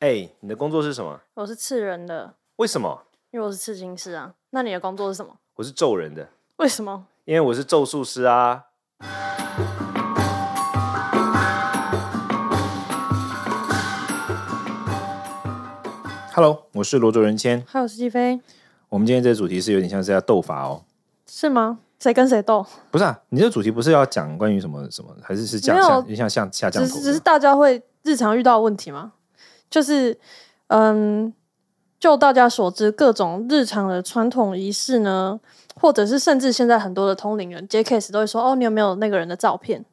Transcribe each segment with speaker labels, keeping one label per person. Speaker 1: 哎、你的工作是什么？
Speaker 2: 我是刺人的，
Speaker 1: 为什么？
Speaker 2: 因为我是刺青师啊。那你的工作是什么？
Speaker 1: 我是咒人的，
Speaker 2: 为什么？
Speaker 1: 因为我是咒术师啊。Hello，我是罗卓仁谦。
Speaker 2: 还有是鸡飞
Speaker 1: 我们今天这个主题是有点像是要斗法哦，
Speaker 2: 是吗？谁跟谁斗？
Speaker 1: 不是啊？你这个主题不是要讲关于什么什么，还是是下
Speaker 2: 没有
Speaker 1: 下像像下降
Speaker 2: 只
Speaker 1: 头
Speaker 2: 是
Speaker 1: 的？
Speaker 2: 只是大家会日常遇到的问题吗？就是，嗯，就大家所知，各种日常的传统仪式呢，或者是甚至现在很多的通灵人接 case 都会说：“哦，你有没有那个人的照片？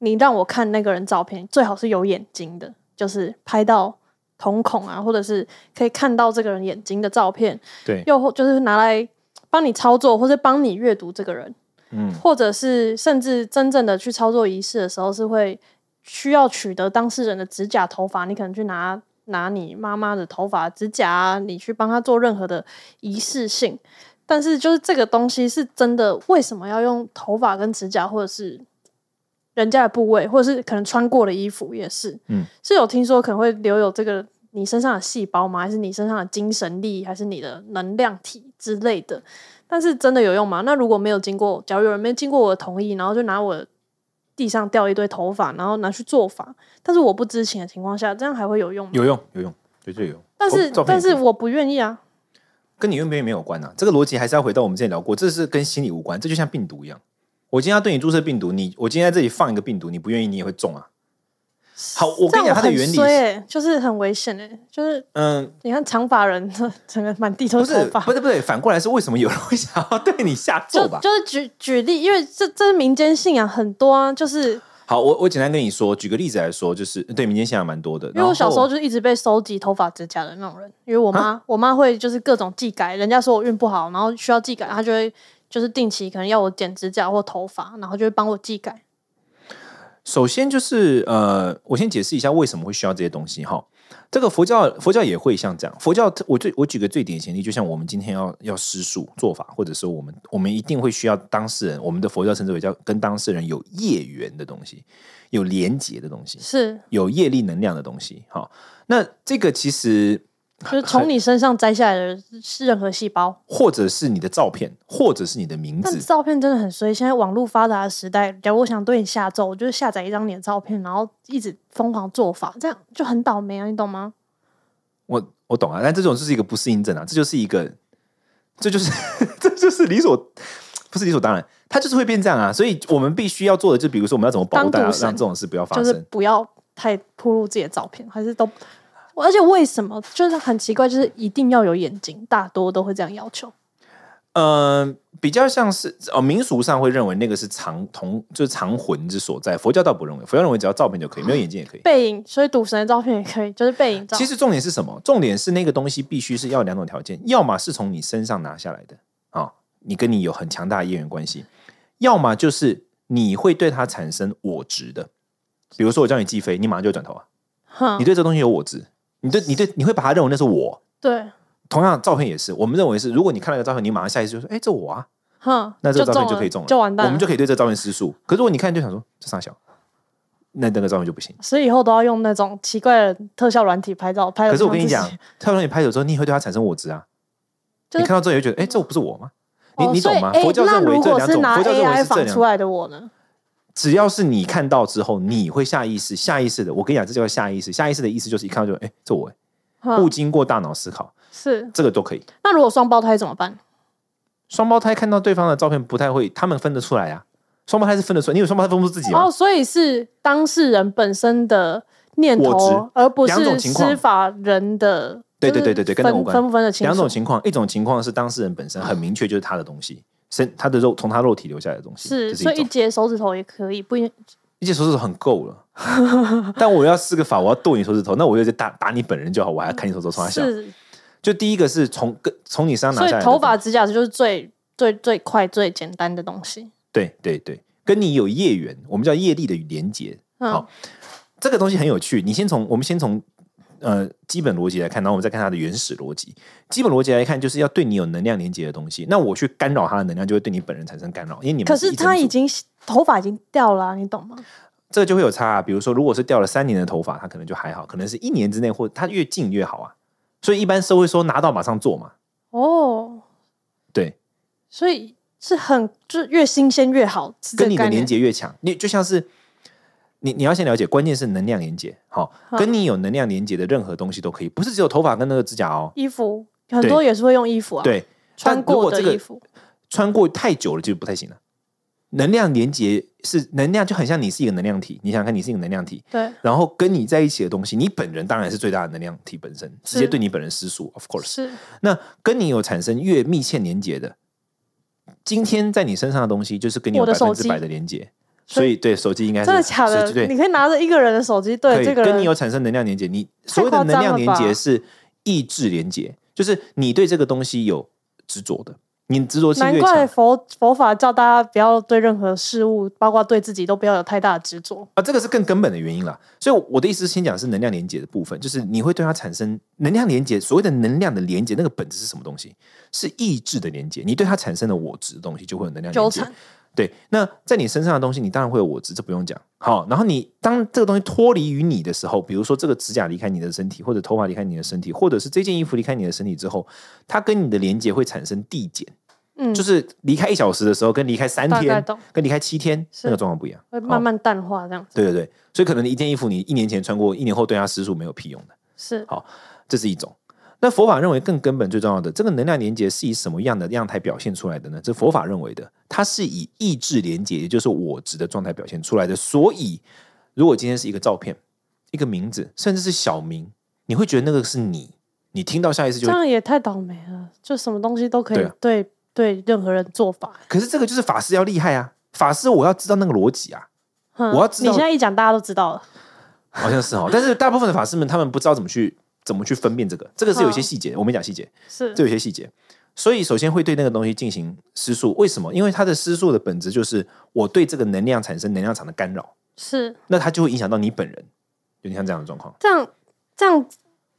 Speaker 2: 你让我看那个人照片，最好是有眼睛的，就是拍到瞳孔啊，或者是可以看到这个人眼睛的照片。”
Speaker 1: 对，
Speaker 2: 又或就是拿来帮你操作，或是帮你阅读这个人，
Speaker 1: 嗯，
Speaker 2: 或者是甚至真正的去操作仪式的时候，是会需要取得当事人的指甲、头发，你可能去拿拿你妈妈的头发、指甲啊，你去帮她做任何的仪式性。但是就是这个东西是真的，为什么要用头发跟指甲，或者是人家的部位，或者是可能穿过的衣服也是，
Speaker 1: 嗯，
Speaker 2: 是有听说可能会留有这个你身上的细胞吗？还是你身上的精神力，还是你的能量体之类的？但是真的有用吗？那如果没有经过，假如有人没经过我的同意，然后就拿我地上掉一堆头发，然后拿去做法，但是我不知情的情况下，这样还会有用吗？
Speaker 1: 有用有用，绝对有用。
Speaker 2: 但是、
Speaker 1: 哦照片
Speaker 2: 但
Speaker 1: 也
Speaker 2: 是
Speaker 1: 可以
Speaker 2: 我不愿意啊，
Speaker 1: 跟你愿不愿意没有关啊，这个逻辑还是要回到我们之前聊过，这是跟心理无关，这就像病毒一样。我今天要对你注射病毒，你我今天在这里放一个病毒，你不愿意你也会中啊。好，我
Speaker 2: 这
Speaker 1: 跟
Speaker 2: 样
Speaker 1: 你讲它的
Speaker 2: 很
Speaker 1: 原理是，
Speaker 2: 衰欸就是很危险哎、就是
Speaker 1: 嗯，
Speaker 2: 你看长发人， 整个满地都
Speaker 1: 不
Speaker 2: 是头
Speaker 1: 是
Speaker 2: 发，
Speaker 1: 不是不是，反过来是为什么有人会想要对你下咒
Speaker 2: 就
Speaker 1: 吧？
Speaker 2: 就是举举例，因为这这是民间信仰很多啊，就是
Speaker 1: 好，我我简单跟你说，举个例子来说，就是对民间信仰蛮多的。
Speaker 2: 因为我小时候
Speaker 1: 然后啊
Speaker 2: 就一直被收集头发指甲的那种人，因为我妈我妈会就是各种技改，人家说我运不好，然后需要技改，她就会就是定期可能要我剪指甲或头发，然后就会帮我技改。
Speaker 1: 首先就是呃，我先解释一下为什么会需要这些东西哈。这个佛教佛教也会像这样，佛教我最我举个最典型的例，就像我们今天要要施术做法，或者说我们我们一定会需要当事人，我们的佛教称之为叫跟当事人有业缘的东西，有连结的东西，
Speaker 2: 是，
Speaker 1: 有业力能量的东西。好，那这个其实
Speaker 2: 就是从你身上摘下来的是任何细胞。
Speaker 1: 或者是你的照片，或者是你的名
Speaker 2: 但
Speaker 1: 字，
Speaker 2: 照片真的很衰，现在网络发达的时代，假如我想对你下咒，我就是下载一张你的照片，然后一直疯狂做法，这样就很倒霉啊，你懂吗？
Speaker 1: 我我懂啊，但这种就是一个不适应症啊，这就是一个，这就是 这就是理所不是理所当然，它就是会变这样啊。所以我们必须要做的，就比如说我们要怎么保护大家，
Speaker 2: 当独神
Speaker 1: 让这种事不要发
Speaker 2: 就
Speaker 1: 生。
Speaker 2: 是不要太暴露自己的照片，还是都。而且为什么就是很奇怪，就是一定要有眼睛，大多都会这样要求。
Speaker 1: 嗯，比较像是哦，民俗上会认为那个是藏同就是藏魂之所在，佛教倒不认为，佛教认为只要照片就可以，没有眼睛也可以。
Speaker 2: 背影，所以赌神的照片也可以，就是背影照。
Speaker 1: 其实重点是什么？重点是那个东西必须是要两种条件，要么是从你身上拿下来的啊、你跟你有很强大的业缘关系；要么就是你会对它产生我执的。比如说，我叫你计飞，你马上就会转头啊！
Speaker 2: 哼
Speaker 1: 你对这东西有我执，你对你对你会把它认为那是我。
Speaker 2: 对，
Speaker 1: 同样，照片也是，我们认为是，如果你看到一个照片，你马上下意识就说：“哎、这我啊！”
Speaker 2: 哼，
Speaker 1: 那这个照片就
Speaker 2: 了
Speaker 1: 可以中了，
Speaker 2: 就完蛋了。
Speaker 1: 我们就可以对这照片失速。可是如果你看就想说这傻小，那那个照片就不行。
Speaker 2: 所以以后都要用那种奇怪的特效软体拍照，拍得
Speaker 1: 可是我
Speaker 2: 像
Speaker 1: 跟你
Speaker 2: 自己
Speaker 1: 讲，，跳到你拍手之后，你也会对它产生我执啊。
Speaker 2: 就是
Speaker 1: 你看到之后，你会觉得，哎、这不是我吗？你、
Speaker 2: 哦
Speaker 1: 你懂吗？
Speaker 2: 所以哎
Speaker 1: 佛教认
Speaker 2: 那
Speaker 1: 为
Speaker 2: 如
Speaker 1: 这
Speaker 2: 果
Speaker 1: 两
Speaker 2: 是
Speaker 1: 种，
Speaker 2: 拿
Speaker 1: 佛教认为
Speaker 2: AI
Speaker 1: 是这
Speaker 2: 仿
Speaker 1: 两
Speaker 2: 出
Speaker 1: 种，
Speaker 2: 来的我呢？
Speaker 1: 只要是你看到之后，你会下意识、下意识的，我跟你讲，这叫下意识。下意识的意思就是一看到就，哎、这我、哎不
Speaker 2: 哼，
Speaker 1: 经过大脑思考，
Speaker 2: 是。
Speaker 1: 这个都可以。
Speaker 2: 那如果双胞胎怎么办？
Speaker 1: 双胞胎看到对方的照片不太会，他们分得出来啊。双胞胎是分得出来，你有双胞胎分不出自己吗？
Speaker 2: 哦，所以是当事人本身的念
Speaker 1: 我知
Speaker 2: 头，而不
Speaker 1: 两种
Speaker 2: 是
Speaker 1: 情况
Speaker 2: 司法人的。
Speaker 1: 对
Speaker 2: 就是
Speaker 1: 对对对对跟那无
Speaker 2: 分
Speaker 1: 关
Speaker 2: 分不分得清
Speaker 1: 两
Speaker 2: 楚
Speaker 1: 种情况，一种情况是当事人本身很明确就是他的东西，身他的肉从他肉体留下来的东西，
Speaker 2: 是，
Speaker 1: 这
Speaker 2: 所
Speaker 1: 是一
Speaker 2: 以一
Speaker 1: 种。
Speaker 2: 截手指头也可以，不一定
Speaker 1: 一些手指头很够了，但我要施个法，我要剁你手指头，那我就打打你本人就好，我还要看你手指头从哪下。
Speaker 2: 是，
Speaker 1: 就第一个是从跟从你身上拿
Speaker 2: 所以
Speaker 1: 下来的
Speaker 2: 头发、指甲就是最最最快、最简单的东西。
Speaker 1: 对对对，跟你有业缘，我们叫业力的连结。
Speaker 2: 嗯
Speaker 1: 好，这个东西很有趣，你先从我们先从呃基本逻辑来看，然后我们再看它的原始逻辑。基本逻辑来看，就是要对你有能量连接的东西，那我去干扰它的能量，就会对你本人产生干扰，因为你们
Speaker 2: 可是
Speaker 1: 一整
Speaker 2: 他
Speaker 1: 组
Speaker 2: 已经头发已经掉了啊、你懂吗？
Speaker 1: 这就会有差、啊。比如说，如果是掉了三年的头发，它可能就还好，可能是一年之内或它越近越好啊。所以一般都会说拿到马上做嘛。
Speaker 2: 哦，
Speaker 1: 对，
Speaker 2: 所以是很就是越新鲜越好，是这
Speaker 1: 跟
Speaker 2: 个
Speaker 1: 你
Speaker 2: 概
Speaker 1: 的
Speaker 2: 念
Speaker 1: 连。接越强，你就像是你你要先了解，关键是能量连接。好、
Speaker 2: 好
Speaker 1: 跟你有能量连接的任何东西都可以，不是只有头发跟那个指甲哦。
Speaker 2: 衣服很多也是会用衣服啊，，
Speaker 1: 对，但
Speaker 2: 穿
Speaker 1: 如果
Speaker 2: 过的
Speaker 1: 这个
Speaker 2: 衣服，
Speaker 1: 穿过太久了就不太行了。能量连接是能量，就很像你是一个能量体。你想想看，你是一个能量体，
Speaker 2: 对，
Speaker 1: 然后跟你在一起的东西，你本人当然是最大的能量体本身，直接
Speaker 2: 是
Speaker 1: 对你本人施术，of course。
Speaker 2: 是
Speaker 1: 那跟你有产生越密切连接的，今天在你身上的东西，就是跟你有
Speaker 2: 我
Speaker 1: 百
Speaker 2: 的
Speaker 1: 分
Speaker 2: 手
Speaker 1: 之
Speaker 2: 机
Speaker 1: 百的连接。所以对手机应该是
Speaker 2: 真的假的
Speaker 1: 是？对，
Speaker 2: 你可以拿着一个人的手机对
Speaker 1: 可以
Speaker 2: 这个
Speaker 1: 跟你有
Speaker 2: 人，
Speaker 1: 产生能量连接。你所谓的
Speaker 2: 夸
Speaker 1: 能
Speaker 2: 张
Speaker 1: 量
Speaker 2: 了
Speaker 1: 连接
Speaker 2: 吧
Speaker 1: 是意志连接，就是你对这个东西有执着的，你执着性
Speaker 2: 难
Speaker 1: 越
Speaker 2: 怪
Speaker 1: 强
Speaker 2: 佛佛法叫大家不要对任何事物，包括对自己都不要有太大的执着。
Speaker 1: 啊，这个是更根本的原因啦。所以我的意思，先讲是能量连接的部分，就是你会对它产生能量连接。所谓的能量的连接，那个本质是什么东西？是意志的连接。你对它产生的我执的东西，就会有能量连
Speaker 2: 纠
Speaker 1: 接
Speaker 2: 缠。
Speaker 1: 对，那在你身上的东西，你当然会有我执，这不用讲。好，然后你当这个东西脱离于你的时候，比如说这个指甲离开你的身体，或者头发离开你的身体，或者是这件衣服离开你的身体之后，它跟你的连接会产生递减，
Speaker 2: 嗯，
Speaker 1: 就是离开一小时的时候，跟离开三
Speaker 2: 大概
Speaker 1: 天
Speaker 2: 懂，
Speaker 1: 跟离开七天，
Speaker 2: 是
Speaker 1: 那个状况不一样。
Speaker 2: 会
Speaker 1: 好
Speaker 2: 慢慢淡化这样子。
Speaker 1: 对对对，所以可能你一件衣服你一年前穿过，一年后对它施术没有屁用的，
Speaker 2: 是
Speaker 1: 好这是一种。那佛法认为更根本最重要的，这个能量连接是以什么样的样态表现出来的呢？这佛法认为的，它是以意志连接，也就是我执的状态表现出来的。所以，如果今天是一个照片、一个名字，甚至是小名，你会觉得那个是你，你听到下意识就
Speaker 2: 这
Speaker 1: 会。
Speaker 2: 样也太倒霉了，就什么东西都可
Speaker 1: 对
Speaker 2: 以
Speaker 1: 啊
Speaker 2: 对对任何人做法。
Speaker 1: 可是这个就是法师要厉害啊，法师我要知道那个逻辑啊，
Speaker 2: 哼
Speaker 1: 我要知道
Speaker 2: 你现在一讲，大家都知道了。
Speaker 1: 好像是哦。但是大部分的法师们他们不知道怎么去怎么去分辨这个，这个是有一些
Speaker 2: 嗯
Speaker 1: 细节，我们讲细节。
Speaker 2: 是
Speaker 1: 这有些细节。所以，首先会对那个东西进行施术，为什么？因为它的施术的本质就是我对这个能量产生能量场的干扰，
Speaker 2: 是
Speaker 1: 那它就会影响到你本人，有点像这样的状况。
Speaker 2: 这样这样，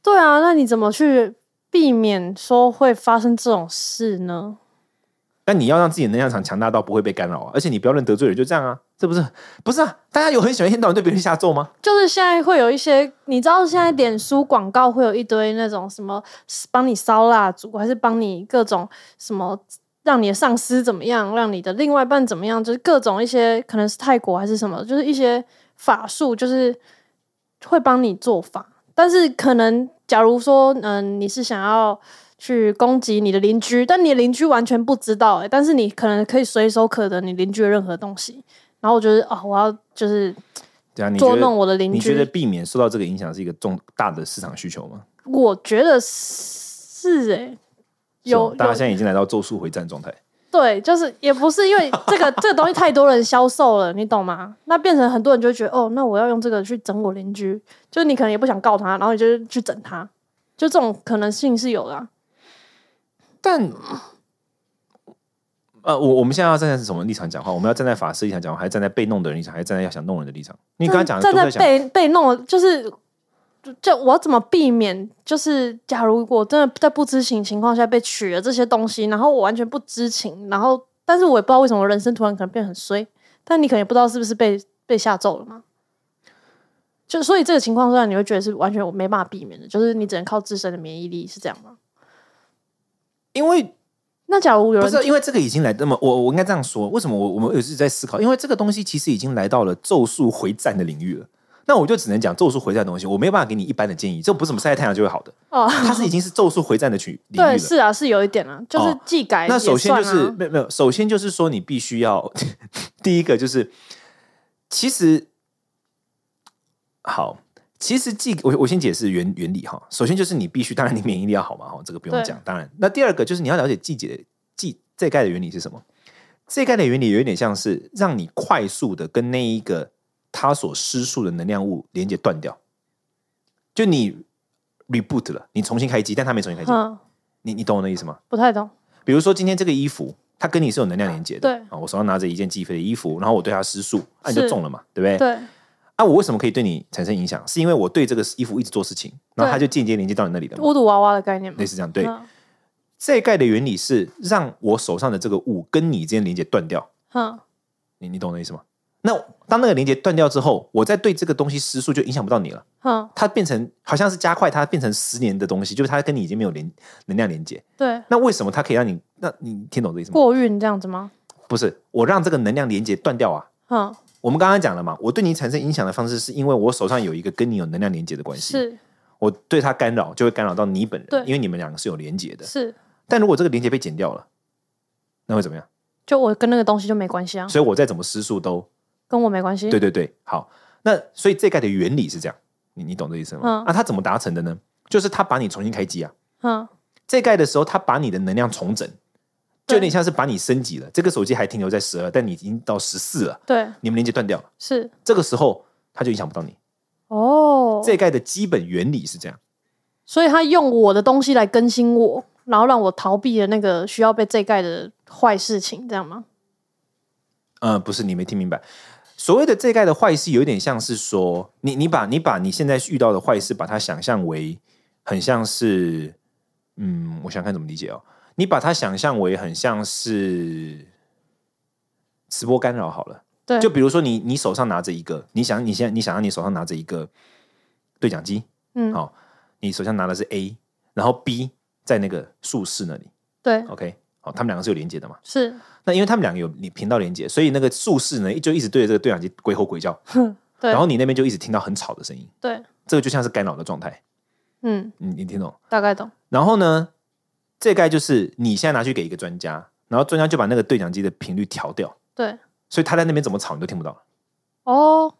Speaker 2: 对啊，那你怎么去避免说会发生这种事呢？
Speaker 1: 但你要让自己的能量场强大到不会被干扰啊，而且你不要认得罪人，就这样啊，这不是不是啊？大家有很喜欢一天到晚对别人下咒吗？
Speaker 2: 就是现在会有一些，你知道现在脸书广告会有一堆那种什么帮你烧蜡烛，还是帮你各种什么让你的上司怎么样，让你的另外一半怎么样，就是各种一些可能是泰国还是什么，就是一些法术，就是会帮你做法。但是可能假如说，嗯，你是想要去攻击你的邻居，但你的邻居完全不知道、欸，但是你可能可以随手可得你邻居的任何东西。然后我觉得，哦，我要就是
Speaker 1: 这啊样你觉
Speaker 2: 捉弄
Speaker 1: 得
Speaker 2: 我的邻
Speaker 1: 你觉得
Speaker 2: 居。
Speaker 1: 避免受到这个影响是一个重大的市场需求吗？
Speaker 2: 我觉得是哎、欸
Speaker 1: 是
Speaker 2: 有
Speaker 1: 吗大家现
Speaker 2: 有
Speaker 1: 在已经来到咒术回战状态，
Speaker 2: 对，就是也不是因为这个这个东西太多人销售了，你懂吗？那变成很多人就会觉得，哦，那我要用这个去整我邻居，就是你可能也不想告他，然后你就是去整他，就这种可能性是有的啊、
Speaker 1: 但呃，我我们现在要站在是什么立场讲话？我们要站在法师立场讲话，还是站在被弄的人立场，还是站在要想弄人的立场？你刚刚讲的
Speaker 2: 站
Speaker 1: 都
Speaker 2: 在
Speaker 1: 在想，
Speaker 2: 被被弄，就是就就我要怎么避免？就是假如我真的在不知情情况下被取了这些东西，然后我完全不知情，然后但是我也不知道为什么我人生突然可能变很衰，但你可能也不知道是不是被被吓咒了嘛？就所以这个情况下，你会觉得是完全我没办法避免的，就是你只能靠自身的免疫力，是这样吗？
Speaker 1: 因为
Speaker 2: 那假如有
Speaker 1: 不
Speaker 2: 人
Speaker 1: 是因为这个已经来那么，我我应该这样说，为什么我我们有时在思考？因为这个东西其实已经来到了咒术回战的领域了。那我就只能讲咒术回战的东西，我没有办法给你一般的建议，这不是我们晒太阳就会好的，
Speaker 2: 哦，
Speaker 1: 它是已经是咒术回战的 区领域
Speaker 2: 对，
Speaker 1: 了。
Speaker 2: 是啊，是有一点啊，就是
Speaker 1: 哦
Speaker 2: 技改、也
Speaker 1: 那首先就
Speaker 2: 算
Speaker 1: 是
Speaker 2: 啊
Speaker 1: 没有没有，首先就是说你必须要 第一个就是，其实好，其实既我我先解释原原理哈。首先就是你必须，当然你免疫力要好嘛哈，这个不用
Speaker 2: 对
Speaker 1: 讲。当然，那第二个就是你要了解季节的季这概的原理是什么？这概的原理有一点像是让你快速的跟那一个它所失速的能量物连接断掉，就你 reboot 了，你重新开机，但它没重新开机，
Speaker 2: 嗯，
Speaker 1: 你你懂我的意思吗？
Speaker 2: 不太懂，
Speaker 1: 比如说今天这个衣服，它跟你是有能量连接的，
Speaker 2: 对
Speaker 1: 啊，我手上拿着一件计费的衣服，然后我对它施术，啊，你
Speaker 2: 是
Speaker 1: 就中了嘛，对不对？
Speaker 2: 对，
Speaker 1: 啊，我为什么可以对你产生影响？是因为我对这个衣服一直做事情，然后它就间接连接到你那里的嘛，
Speaker 2: 巫毒娃娃的概念嘛
Speaker 1: 类，似这样。对，
Speaker 2: 嗯
Speaker 1: 这一概的原理是让我手上的这个物跟你之间连接断掉，
Speaker 2: 嗯，
Speaker 1: 你你懂我的意思吗？那当那个连接断掉之后，我再对这个东西失速就影响不到你了。
Speaker 2: 嗯，
Speaker 1: 它变成好像是加快它变成十年的东西，就是它跟你已经没有连能量连接。
Speaker 2: 对，
Speaker 1: 那为什么它可以让你？那你听懂这意思吗？
Speaker 2: 过运这样子吗？
Speaker 1: 不是，我让这个能量连接断掉啊。
Speaker 2: 嗯，
Speaker 1: 我们刚刚讲了嘛，我对你产生影响的方式，是因为我手上有一个跟你有能量连接的关系，
Speaker 2: 是
Speaker 1: 我对它干扰就会干扰到你本
Speaker 2: 对
Speaker 1: 人，因为你们两个是有连接的。
Speaker 2: 是，
Speaker 1: 但如果这个连接被剪掉了，那会怎么样？
Speaker 2: 就我跟那个东西就没关系啊，
Speaker 1: 所以我再怎么失速都
Speaker 2: 跟我没关系。
Speaker 1: 对对对，好。那所以这盖的原理是这样，你你懂这意思吗？
Speaker 2: 嗯
Speaker 1: 那、它怎么达成的呢？就是它把你重新开机啊。
Speaker 2: 嗯，
Speaker 1: 这盖的时候，它把你的能量重整，就
Speaker 2: 对
Speaker 1: 有点像是把你升级了。这个手机还停留在十二，但你已经到十四了，
Speaker 2: 对，
Speaker 1: 你们连接断掉了。
Speaker 2: 是
Speaker 1: 这个时候它就影响不到你。
Speaker 2: 哦，
Speaker 1: 这盖的基本原理是这样，
Speaker 2: 所以他用我的东西来更新我，然后让我逃避了那个需要被遮盖的坏事情，这样吗？
Speaker 1: 呃，不是你没听明白。所谓的这盖的坏事，有点像是说，你你把你把你现在遇到的坏事，把它想象为很像是，嗯，我想看怎么理解哦。你把它想象为很像是直播干扰好了。
Speaker 2: 对，
Speaker 1: 就比如说你你手上拿着一个，你想你现在你想让你手上拿着一个对讲机，
Speaker 2: 嗯，
Speaker 1: 好、你手上拿的是 A，然后 B 在那个术士那里
Speaker 2: 对，
Speaker 1: ，OK，好、他们两个是有连接的嘛？
Speaker 2: 是，
Speaker 1: 那因为他们两个有连频道连接，所以那个术士呢就一直对着这个对讲机鬼吼鬼叫，
Speaker 2: 对
Speaker 1: 然后你那边就一直听到很吵的声音，
Speaker 2: 对，
Speaker 1: 这个就像是干扰的状态，
Speaker 2: 嗯，
Speaker 1: 你你听懂？
Speaker 2: 大概懂。
Speaker 1: 然后呢，这概就是你现在拿去给一个专家，然后专家就把那个对讲机的频率调掉，
Speaker 2: 对，
Speaker 1: 所以他在那边怎么吵你都听不到了，
Speaker 2: 哦，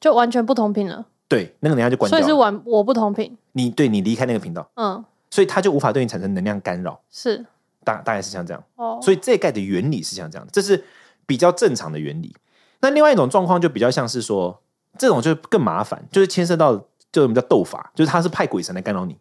Speaker 2: 就完全不同频了，
Speaker 1: 对，那个人家就关
Speaker 2: 所
Speaker 1: 掉
Speaker 2: 以是
Speaker 1: 了，
Speaker 2: 玩我不同频。
Speaker 1: 你对你离开那个频道。
Speaker 2: 嗯，
Speaker 1: 所以它就无法对你产生能量干扰，
Speaker 2: 是
Speaker 1: 大大概是像这样。
Speaker 2: 哦，
Speaker 1: 所以这一概的原理是像这样的，这是比较正常的原理。那另外一种状况就比较像是说，这种就更麻烦，就是牵涉到就我们叫斗法，就是他是派鬼神来干扰你，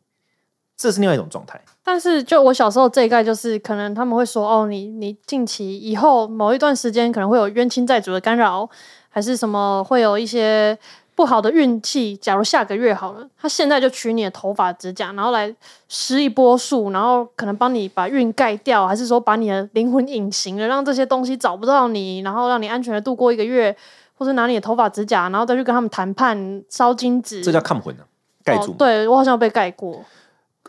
Speaker 1: 这是另外一种状态。
Speaker 2: 但是就我小时候这一概就是，可能他们会说哦，你你近期以后某一段时间可能会有冤亲债主的干扰，还是什么会有一些不好的运气。假如下个月好了，他现在就取你的头发、指甲，然后来施一波术，然后可能帮你把运盖掉，还是说把你的灵魂隐形了，让这些东西找不到你，然后让你安全的度过一个月，或者拿你的头发、指甲，然后再去跟他们谈判、烧金纸。
Speaker 1: 这叫看混啊，盖住
Speaker 2: 嗯哦
Speaker 1: 嘛。
Speaker 2: 对我好像有被盖过，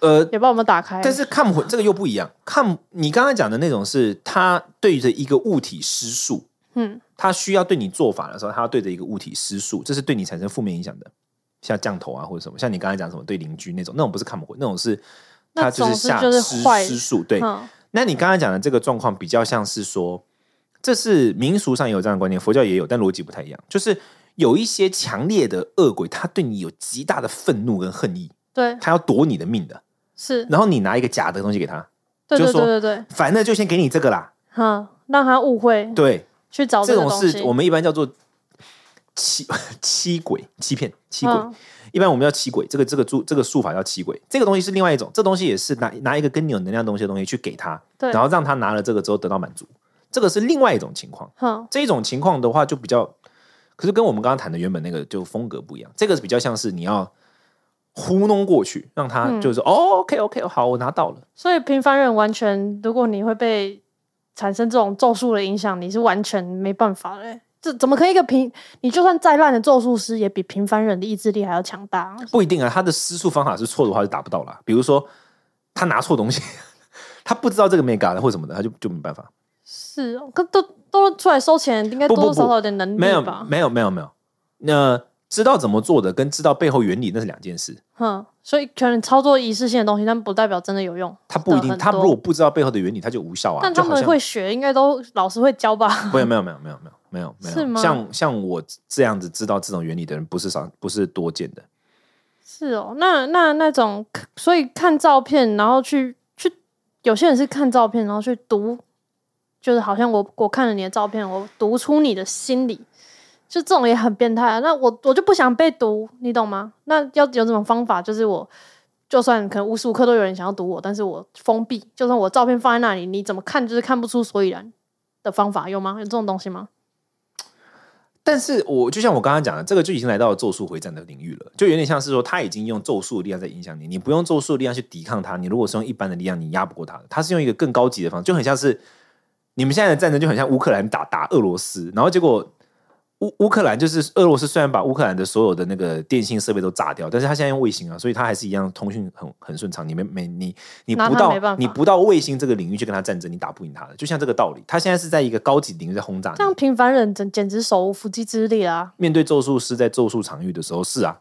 Speaker 1: 呃，
Speaker 2: 也不知道有没有打开。
Speaker 1: 但是看混这个又不一样。看你刚才讲的那种是，他对着一个物体施术，
Speaker 2: 嗯，
Speaker 1: 他需要对你做法的时候，他要对着一个物体施术，这是对你产生负面影响的，像降头啊或者什么。像你刚才讲什么对邻居那种，那种不是看混，那种是他就是
Speaker 2: 那种是
Speaker 1: 下
Speaker 2: 就是
Speaker 1: 施
Speaker 2: 坏
Speaker 1: 施术。对，
Speaker 2: 嗯
Speaker 1: 那你刚才讲的这个状况比较像是说，这是民俗上也有这样的观念，佛教也有，但逻辑不太一样。就是有一些强烈的恶鬼，他对你有极大的愤怒跟恨意，
Speaker 2: 对，
Speaker 1: 他要夺你的命的，
Speaker 2: 是，
Speaker 1: 然后你拿一个假的东西给他。
Speaker 2: 对
Speaker 1: 就
Speaker 2: 对
Speaker 1: 说
Speaker 2: 对对对，
Speaker 1: 反正就先给你这个啦。
Speaker 2: 哈，让他误会，
Speaker 1: 对，
Speaker 2: 去找
Speaker 1: 这
Speaker 2: 个
Speaker 1: 种
Speaker 2: 东西。
Speaker 1: 是我们一般叫做 欺欺鬼、欺骗、欺鬼。
Speaker 2: 嗯
Speaker 1: 一般我们叫欺鬼，这个这个术这个术法叫欺鬼。这个东西是另外一种，这东西也是拿拿一个跟你有能量的东西的东西去给他，
Speaker 2: 对
Speaker 1: 然后让他拿了这个之后得到满足，这个是另外一种情况。
Speaker 2: 哼，
Speaker 1: 这种情况的话就比较，可是跟我们刚刚谈的原本那个就风格不一样，这个比较像是你要。糊弄过去，让他
Speaker 2: 嗯
Speaker 1: 就是、哦，OK OK，好，我拿到了。
Speaker 2: 所以平凡人完全，如果你会被产生这种咒术的影响，你是完全没办法的欸。这怎么可以一个平？你就算再烂的咒术师，也比平凡人的意志力还要强大啊。
Speaker 1: 不一定啊，他的施术方法是错的话就达不到啦。比如说他拿错东西， 他不知道这个 mega 的或什么的，他就就没办法。
Speaker 2: 是哦，可都都出来收钱，应该
Speaker 1: 不
Speaker 2: 多
Speaker 1: 不
Speaker 2: 多少
Speaker 1: 不
Speaker 2: 少有点能
Speaker 1: 没有
Speaker 2: 力吧？
Speaker 1: 没有没有没有，那、知道怎么做的跟知道背后原理那是两件事。
Speaker 2: 哼，所以可能操作仪式性的东西，但不代表真的有用。
Speaker 1: 他不一
Speaker 2: 的
Speaker 1: 定，
Speaker 2: 很
Speaker 1: 他
Speaker 2: 多
Speaker 1: 如果不知道背后的原理，他就无效啊。
Speaker 2: 但他
Speaker 1: 啊就好
Speaker 2: 们
Speaker 1: 像
Speaker 2: 会学，应该都老师会教吧？
Speaker 1: 没有没有没有没有没有没有没有，
Speaker 2: 是吗
Speaker 1: 像像我这样子知道这种原理的人不是少不是多见的。
Speaker 2: 是哦，那那那种，所以看照片，然后去去，有些人是看照片，然后去读，就是好像我我看了你的照片，我读出你的心理，就这种也很变态、啊。那我我就不想被读，你懂吗？那要有这种方法，就是我就算可能无时无刻都有人想要读我，但是我封闭，就算我照片放在那里，你怎么看就是看不出所以然的方法有吗？有这种东西吗？
Speaker 1: 但是我就像我刚刚讲的，这个就已经来到了咒术回战的领域了，就有点像是说他已经用咒术的力量在影响你，你不用咒术的力量去抵抗他，你如果是用一般的力量，你压不过他的，他是用一个更高级的方式，就很像是你们现在的战争就很像乌克兰打打俄罗斯，然后结果乌乌克兰就是俄罗斯，虽然把乌克兰的所有的那个电信设备都炸掉，但是他现在用卫星啊，所以他还是一样通讯很很顺畅。你没没你你
Speaker 2: 拿
Speaker 1: 不
Speaker 2: 他没
Speaker 1: 到
Speaker 2: 办法
Speaker 1: 你不到卫星这个领域去跟他战争，你打不赢他的，就像这个道理。他现在是在一个高级领域在轰炸你，
Speaker 2: 这样平凡人简简直手无缚鸡之力啊！
Speaker 1: 面对咒术师在咒术场域的时候，是啊，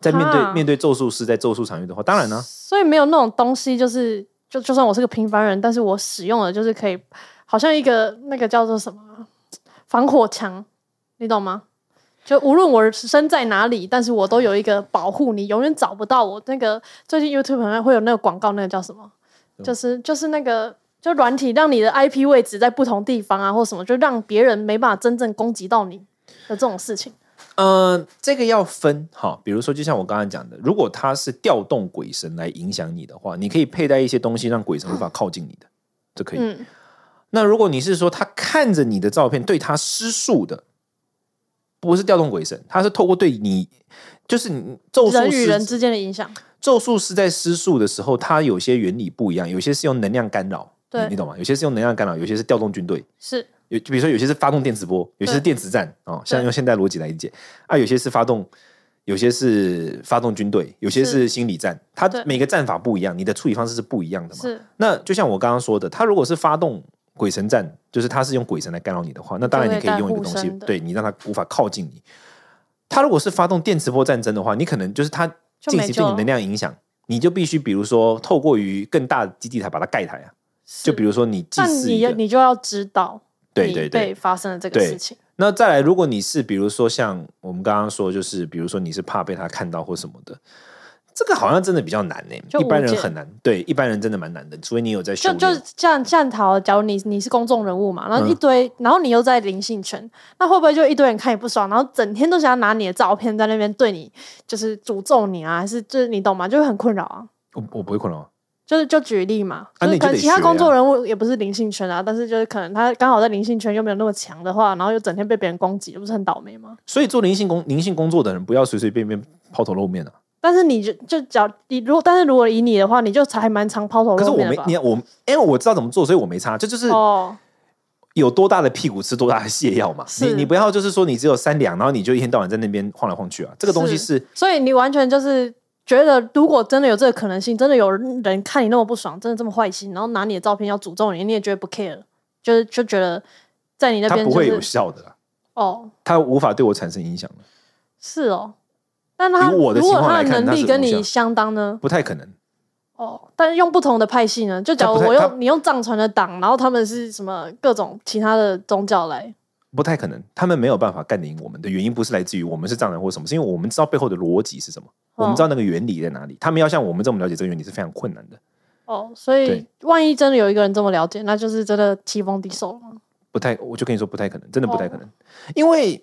Speaker 1: 在面对
Speaker 2: 哈
Speaker 1: 面对咒术师在咒术场域的话，当然呢、啊
Speaker 2: 所以没有那种东西，就是就就算我是个平凡人，但是我使用的就是可以，好像一个那个叫做什么啊防火墙，你懂吗？就无论我身在哪里，但是我都有一个保护，你永远找不到我。那个最近 YouTube 好像会有那个广告，那个叫什么？就是就是那个就软体让你的 IP 位置在不同地方啊，或什么，就让别人没办法真正攻击到你的这种事情。
Speaker 1: 嗯，这个要分哈，比如说，就像我刚才讲的，如果它是调动鬼神来影响你的话，你可以佩戴一些东西让鬼神无法靠近你的，这可以。
Speaker 2: 嗯，
Speaker 1: 那如果你是说他看着你的照片对他施术的，不是调动鬼神，他是透过对你，就是你咒术
Speaker 2: 人与人
Speaker 1: 师，
Speaker 2: 之间的影响。
Speaker 1: 咒术师在施术的时候，它有些原理不一样，有些是用能量干扰，
Speaker 2: 对
Speaker 1: 你你懂吗？有些是用能量干扰，有些是调动军队。
Speaker 2: 是，
Speaker 1: 有比如说有些是发动电磁波，有些是电子战哦，像
Speaker 2: 对
Speaker 1: 用现代逻辑来理解啊，有些是发动，有些是发动军队，有些是心理战，它
Speaker 2: 对
Speaker 1: 每个战法不一样，你的处理方式是不一样的嘛。
Speaker 2: 是
Speaker 1: 那就像我刚刚说的，它如果是发动鬼神战，就是它是用鬼神来干扰你的话，那当然
Speaker 2: 就
Speaker 1: 你
Speaker 2: 会
Speaker 1: 可以用一个
Speaker 2: 带护
Speaker 1: 东西
Speaker 2: 身的
Speaker 1: 对你让它无法靠近你。它如果是发动电磁波战争的话，你可能就是它
Speaker 2: 就没
Speaker 1: 近期对
Speaker 2: 救
Speaker 1: 你
Speaker 2: 了
Speaker 1: 能量影响，你就必须比如说透过于更大的基地台把它盖台啊，
Speaker 2: 是
Speaker 1: 就比如说你祭
Speaker 2: 但
Speaker 1: 祀
Speaker 2: 你
Speaker 1: 一
Speaker 2: 要
Speaker 1: 个。
Speaker 2: 你就要知道，
Speaker 1: 对对对
Speaker 2: 被发生了这个
Speaker 1: 对
Speaker 2: 事情，
Speaker 1: 那再来，如果你是比如说像我们刚刚说，就是比如说你是怕被他看到或什么的，这个好像真的比较难呢、
Speaker 2: 就
Speaker 1: 一般
Speaker 2: 无
Speaker 1: 人
Speaker 2: 解
Speaker 1: 很难，对，一般人真的蛮难的，除非你有在修
Speaker 2: 就就
Speaker 1: 炼。
Speaker 2: 像像桃，假如你你是公众人物嘛，然后一
Speaker 1: 嗯
Speaker 2: 堆，然后你又在灵性圈，那会不会就一堆人看你不爽，然后整天都想要拿你的照片在那边对你就是诅咒你啊，还是就是你懂吗？就会很困扰啊。
Speaker 1: 我我不会困扰啊，
Speaker 2: 就是就举例嘛，
Speaker 1: 啊
Speaker 2: 就是
Speaker 1: 那你就
Speaker 2: 可能
Speaker 1: 得
Speaker 2: 其他
Speaker 1: 学
Speaker 2: 公众
Speaker 1: 啊
Speaker 2: 人物也不是灵性圈啊，但是就是可能他刚好在灵性圈又没有那么强的话，然后又整天被别人攻击，不是很倒霉吗？
Speaker 1: 所以做灵性工灵性工作的人，不要随随便便抛头露面啊。
Speaker 2: 但是你就就假如你如果但是如果以你的话，你就才还蛮常抛头
Speaker 1: 可是
Speaker 2: 露
Speaker 1: 我
Speaker 2: 面
Speaker 1: 没
Speaker 2: 的吧？
Speaker 1: 你看我，因为我知道怎么做，所以我没差。这就是
Speaker 2: 哦，
Speaker 1: 有多大的屁股吃多大的泻药嘛。
Speaker 2: 是
Speaker 1: 你你不要就是说你只有三两，然后你就一天到晚在那边晃来晃去啊。这个东西
Speaker 2: 是
Speaker 1: 是
Speaker 2: 所以你完全就是觉得，如果真的有这个可能性，真的有人看你那么不爽，真的这么坏心，然后拿你的照片要诅咒你，你也觉得不 care，就是就觉得在你那
Speaker 1: 它
Speaker 2: 边
Speaker 1: 不
Speaker 2: 就
Speaker 1: 会有
Speaker 2: 是
Speaker 1: 效的啦，啊
Speaker 2: 哦，
Speaker 1: 它无法对我产生影响的，
Speaker 2: 是哦。但他
Speaker 1: 以我的
Speaker 2: 如果
Speaker 1: 情况
Speaker 2: 他
Speaker 1: 来看
Speaker 2: 能
Speaker 1: 它
Speaker 2: 力
Speaker 1: 是
Speaker 2: 跟
Speaker 1: 无效
Speaker 2: 你相当呢？
Speaker 1: 不太可能。
Speaker 2: 哦，但是用不同的派系呢？就假如
Speaker 1: 他不太
Speaker 2: 我
Speaker 1: 他
Speaker 2: 用你用藏传的党，然后他们是什么各种其他的宗教来，
Speaker 1: 不太可能，他们没有办法干得赢我们的原因，不是来自于我们是藏人或什么，是因为我们知道背后的逻辑是什么，我们知道那个原理在哪里。他们要像我们这么了解这个原理是非常困难的，
Speaker 2: 哦，所以
Speaker 1: 对
Speaker 2: 万一真的有一个人这么了解，那就是真的棋逢敌手了嘛。
Speaker 1: 不太，我就跟你说不太可能，真的不太可
Speaker 2: 哦
Speaker 1: 能，因为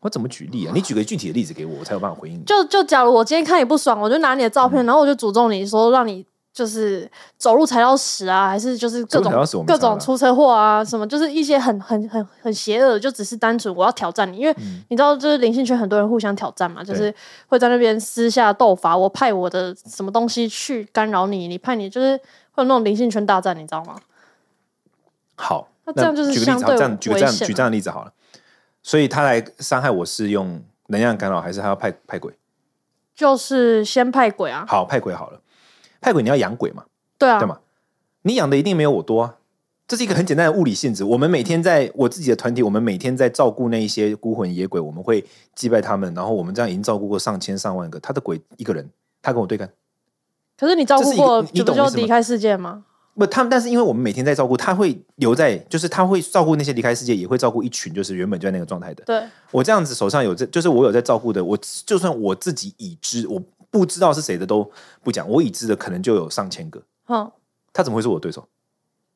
Speaker 1: 我怎么举例啊？你举个具体的例子给我，我才有办法回应你。
Speaker 2: 就就假如我今天看你不爽，我就拿你的照
Speaker 1: 嗯
Speaker 2: 片，然后我就诅咒你说让你就是走路踩到屎啊，还是就是
Speaker 1: 走
Speaker 2: 各
Speaker 1: 路踩到屎我没
Speaker 2: 种各
Speaker 1: 查到
Speaker 2: 种出车祸啊，什么就是一些很很很很邪恶的，就只是单纯我要挑战你，因为
Speaker 1: 嗯
Speaker 2: 你知道就是灵性圈很多人互相挑战嘛，就是会在那边私下斗法，我派我的什么东西去干扰你，你派你就是会有那种灵性圈大战，你知道吗？
Speaker 1: 好，
Speaker 2: 那这样就是
Speaker 1: 举个例子，
Speaker 2: 相
Speaker 1: 好，
Speaker 2: 对
Speaker 1: 这样举个这样
Speaker 2: 危险啊
Speaker 1: 举这样的例子好了。所以他来伤害我是用能量干扰，还是他要派派鬼？
Speaker 2: 就是先派鬼啊，
Speaker 1: 好，派鬼好了，派鬼你要养鬼嘛？
Speaker 2: 对啊
Speaker 1: 对，吗？你养的一定没有我多、啊，这是一个很简单的物理性质。我们每天在我自己的团体，我们每天在照顾那一些孤魂野鬼，我们会祭拜他们，然后我们这样已经照顾过上千上万个。他的鬼一个人，他跟我对干，
Speaker 2: 可是你照
Speaker 1: 这
Speaker 2: 顾
Speaker 1: 是一个
Speaker 2: 过，
Speaker 1: 你
Speaker 2: 这不
Speaker 1: 懂我意
Speaker 2: 就
Speaker 1: 思吗
Speaker 2: 离开世界吗？
Speaker 1: 不，他们但是因为我们每天在照顾，他会留在，就是他会照顾那些离开世界，也会照顾一群就是原本就在那个状态的。
Speaker 2: 对，
Speaker 1: 我这样子手上有这，就是我有在照顾的，我就算我自己已知，我不知道是谁的都不讲，我已知的可能就有上千个，
Speaker 2: 嗯，
Speaker 1: 他怎么会是我的对手？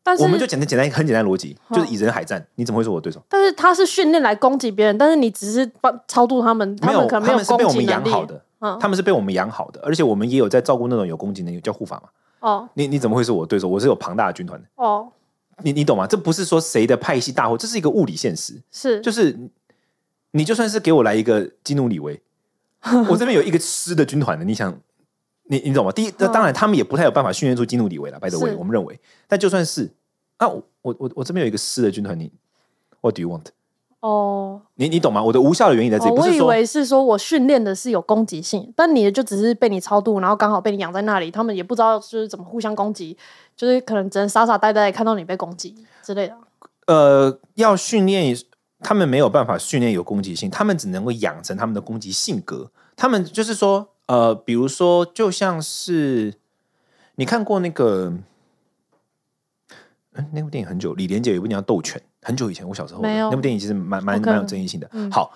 Speaker 2: 但是哦
Speaker 1: 我们就简单简单很简单的逻辑，
Speaker 2: 好
Speaker 1: 就是以人海战，你怎么会是我的对手？
Speaker 2: 但是他是训练来攻击别人，但是你只是帮超度他们，
Speaker 1: 没
Speaker 2: 们
Speaker 1: 有，他
Speaker 2: 可能没有
Speaker 1: 是被
Speaker 2: 攻
Speaker 1: 我
Speaker 2: 击
Speaker 1: 们
Speaker 2: 能
Speaker 1: 养
Speaker 2: 力。
Speaker 1: 好的，
Speaker 2: 嗯，
Speaker 1: 他们是被我们养好的，而且我们也有在照顾那种有攻击能力，叫护法嘛。
Speaker 2: 哦
Speaker 1: 你你怎么会是我的对手？我是有庞大的军团的，
Speaker 2: 哦，
Speaker 1: 你你懂吗？这不是说谁的派系大或，这是一个物理现实，
Speaker 2: 是
Speaker 1: 就是你就算是给我来一个基努里 维，我这边有一个师的军团的，你想。你你懂吗？第一，那
Speaker 2: 嗯
Speaker 1: 当然他们也不太有办法训练出基努里维了，拜德维，
Speaker 2: 是
Speaker 1: 我们认为。但就算是啊，我我我我这边有一个师的军团，你 What do you want？
Speaker 2: 哦，
Speaker 1: 你你懂吗？我的无效的原因在这里，
Speaker 2: 哦
Speaker 1: 不
Speaker 2: 我
Speaker 1: 是
Speaker 2: 以
Speaker 1: 说
Speaker 2: 为是说我训练的是有攻击性，但你的就只是被你超度，然后刚好被你养在那里，他们也不知道就是怎么互相攻击，就是可能只能傻傻呆呆地看到你被攻击之类的。
Speaker 1: 呃要训练，他们没有办法训练有攻击性，他们只能够养成他们的攻击性格。他们就是说，呃，比如说，就像是你看过那个，嗯，那部电影很久，李连杰有一部电影叫《斗犬》，很久以前，我小时候的
Speaker 2: 没有
Speaker 1: 那部电影其实蛮蛮
Speaker 2: 我看
Speaker 1: 蛮有
Speaker 2: 了
Speaker 1: 争议性的。
Speaker 2: 嗯
Speaker 1: 好，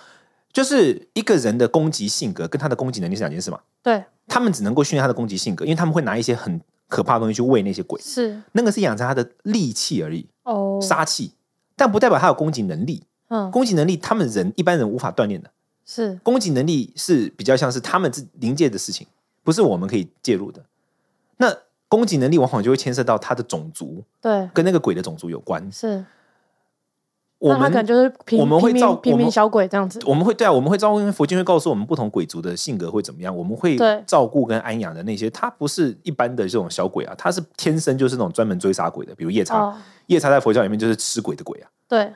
Speaker 1: 就是一个人的攻击性格跟他的攻击能力是两件事嘛。
Speaker 2: 对，
Speaker 1: 他们只能够训练他的攻击性格，因为他们会拿一些很可怕的东西去喂那些鬼，
Speaker 2: 是
Speaker 1: 那个是养成他的戾气而已，
Speaker 2: 哦，
Speaker 1: 杀气，但不代表他有攻击能力。
Speaker 2: 嗯，
Speaker 1: 攻击能力他们人一般人无法锻炼的，
Speaker 2: 是
Speaker 1: 攻击能力是比较像是他们自临界的事情，不是我们可以介入的。那攻击能力往往就会牵涉到他的种族
Speaker 2: 对，
Speaker 1: 跟那个鬼的种族有关。
Speaker 2: 是。
Speaker 1: 我
Speaker 2: 那他
Speaker 1: 们
Speaker 2: 可能就是平
Speaker 1: 我们会
Speaker 2: 平
Speaker 1: 照
Speaker 2: 民平
Speaker 1: 我
Speaker 2: 民
Speaker 1: 们
Speaker 2: 小鬼这样子。
Speaker 1: 我们会对啊，我们会照顾，因为佛经会告诉我们不同鬼族的性格会怎么样，我们会
Speaker 2: 对
Speaker 1: 照顾跟安养的那些，他不是一般的这种小鬼啊，他是天生就是那种专门追杀鬼的，比如夜叉，
Speaker 2: 哦，
Speaker 1: 夜叉在佛教里面就是吃鬼的鬼啊，
Speaker 2: 对，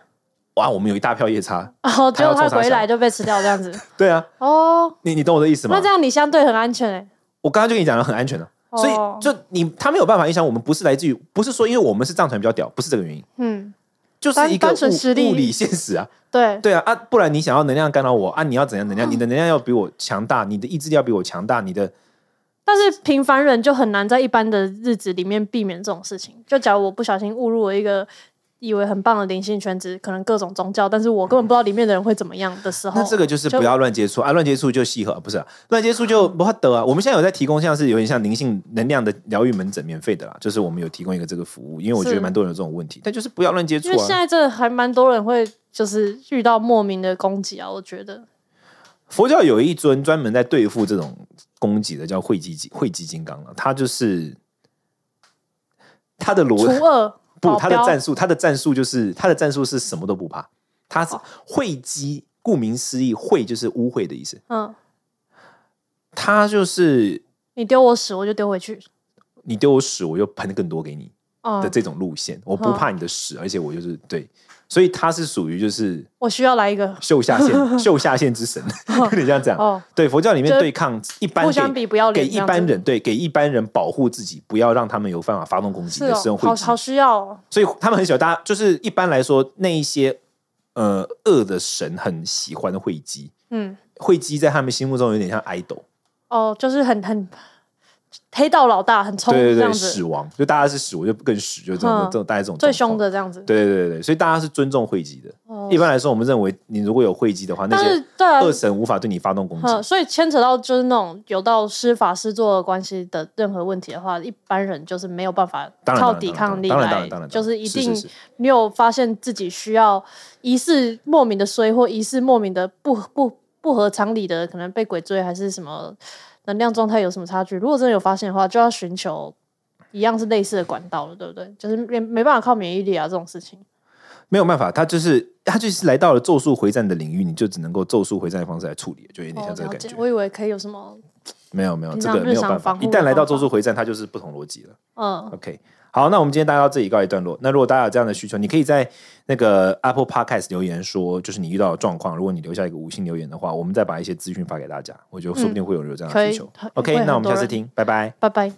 Speaker 1: 哇，我们有一大票夜叉，
Speaker 2: 然后结
Speaker 1: 要
Speaker 2: 果他
Speaker 1: 抽查
Speaker 2: 回
Speaker 1: 一下
Speaker 2: 来就被吃掉这样子。
Speaker 1: 对啊，
Speaker 2: 哦，
Speaker 1: 你你懂我的意思吗
Speaker 2: 那？这样你相对很安全哎。
Speaker 1: 我刚刚就跟你讲了，很安全的、
Speaker 2: 哦
Speaker 1: 所以就你他没有办法影响我们，不是来自于不是说因为我们是藏传比较屌，不是这个原因，
Speaker 2: 嗯，
Speaker 1: 就是一个
Speaker 2: 单单纯实力
Speaker 1: 物物理现实啊，
Speaker 2: 对，
Speaker 1: 对啊啊，不然你想要能量干扰我啊，你要怎样能量？你的能量要比我强 大，你的意志力要比我强大，你的
Speaker 2: 但是平凡人就很难在一般的日子里面避免这种事情。就假如我不小心误入了一个以为很棒的灵性圈子，可能各种宗教，但是我根本不知道里面的人会怎么样的时候，
Speaker 1: 那这个就是
Speaker 2: 就
Speaker 1: 不要乱接触啊，乱接触就吸合，不是、啊、乱接触就不怕得啊。我们现在有在提供像是有点像灵性能量的疗愈门诊，免费的啦，就是我们有提供一个这个服务，因为我觉
Speaker 2: 是
Speaker 1: 得蛮多人有这种问题，但就是不要乱接触
Speaker 2: 因为现
Speaker 1: 啊。
Speaker 2: 在这还蛮多人会就是遇到莫名的攻击啊，我觉得
Speaker 1: 佛教有一尊专门在对付这种攻击的，叫慧基金慧基金刚啊，他就是他的
Speaker 2: 除
Speaker 1: 逻
Speaker 2: 恶
Speaker 1: 不，
Speaker 2: 保
Speaker 1: 他的
Speaker 2: 镖
Speaker 1: 战术，他的战术就是他的战术是什么都不怕，他
Speaker 2: 哦
Speaker 1: 是慧基，顾名思义，慧就是污秽的意思，
Speaker 2: 嗯，
Speaker 1: 他就是
Speaker 2: 你丢我屎我就丢回去
Speaker 1: 你丢我屎，我就喷更多给你。
Speaker 2: 啊、
Speaker 1: 的
Speaker 2: 嗯，
Speaker 1: 这种路线，我不怕你的屎，而且我就是对，所以他是属于就是
Speaker 2: 我需要来一 个
Speaker 1: 秀下 限秀下限之神， 有点像这样。
Speaker 2: 哦，
Speaker 1: 对佛教里面
Speaker 2: 就
Speaker 1: 对抗一般
Speaker 2: 互相
Speaker 1: 给
Speaker 2: 比不要
Speaker 1: 给
Speaker 2: 脸这
Speaker 1: 一
Speaker 2: 样子，
Speaker 1: 般人对给一般人保护自己，不要让他们有办法发动攻击
Speaker 2: 是
Speaker 1: 的使
Speaker 2: 哦，
Speaker 1: 用
Speaker 2: 好
Speaker 1: 会击
Speaker 2: 好，需要、哦，
Speaker 1: 所以他们很喜欢大家就是一般来说那一些呃恶的神很喜欢会击，
Speaker 2: 嗯，
Speaker 1: 会击在他们心目中有点像 idol，
Speaker 2: 哦，就是很很黑道老大很冲
Speaker 1: 对对
Speaker 2: 这样
Speaker 1: 对，
Speaker 2: 子
Speaker 1: 死，亡就大家是死，我就更死，就这种
Speaker 2: 嗯
Speaker 1: 这种大概这种
Speaker 2: 最
Speaker 1: 状况。
Speaker 2: 凶的这样子，
Speaker 1: 对对对对，所以大家是尊重会击的。
Speaker 2: 哦
Speaker 1: 一般来说，我们认为你如果有会击的话，那
Speaker 2: 但是
Speaker 1: 些
Speaker 2: 对啊，
Speaker 1: 恶神无法对你发动攻击。
Speaker 2: 嗯，所以牵扯到就是那种有到师法师做的关系的任何问题的话，一般人就是没有办法
Speaker 1: 当然当
Speaker 2: 靠
Speaker 1: 然
Speaker 2: 抵
Speaker 1: 当然
Speaker 2: 抗力
Speaker 1: 当然当然
Speaker 2: 来
Speaker 1: 当然，
Speaker 2: 就是一定
Speaker 1: 是是是
Speaker 2: 你有发现自己需要疑似莫名的衰或疑似莫名的不不不合常理的，可能被鬼追还是什么能量状态有什么差距？如果真的有发现的话，就要寻求一样是类似的管道了，对不对？就是没没办法靠免疫力啊这种事情。
Speaker 1: 没有办法，他就是他就是来到了咒术回战的领域，你就只能够咒术回战的方式来处理，就有点
Speaker 2: 哦
Speaker 1: 像，这个
Speaker 2: 了
Speaker 1: 感
Speaker 2: 解
Speaker 1: 觉。。
Speaker 2: 我以为可以有什么，
Speaker 1: 没有没有，
Speaker 2: 平
Speaker 1: 这
Speaker 2: 常
Speaker 1: 个没
Speaker 2: 日
Speaker 1: 有
Speaker 2: 常
Speaker 1: 办法
Speaker 2: 防。护
Speaker 1: 一旦来到
Speaker 2: 的方
Speaker 1: 咒
Speaker 2: 法
Speaker 1: 术回战，它就是不同逻辑了。
Speaker 2: 嗯，
Speaker 1: OK，好，那我们今天大概到这里告一段落。那如果大家有这样的需求，你可以在那个 Apple Podcast 留言说，就是你遇到的状况。如果你留下一个五星留言的话，我们再把一些资讯发给大家，我觉得说不定会有人有这样的
Speaker 2: 可以
Speaker 1: 需求。
Speaker 2: 很会
Speaker 1: OK，
Speaker 2: 很
Speaker 1: 那我们
Speaker 2: 多
Speaker 1: 下次
Speaker 2: 人
Speaker 1: 听，拜拜。
Speaker 2: 拜拜。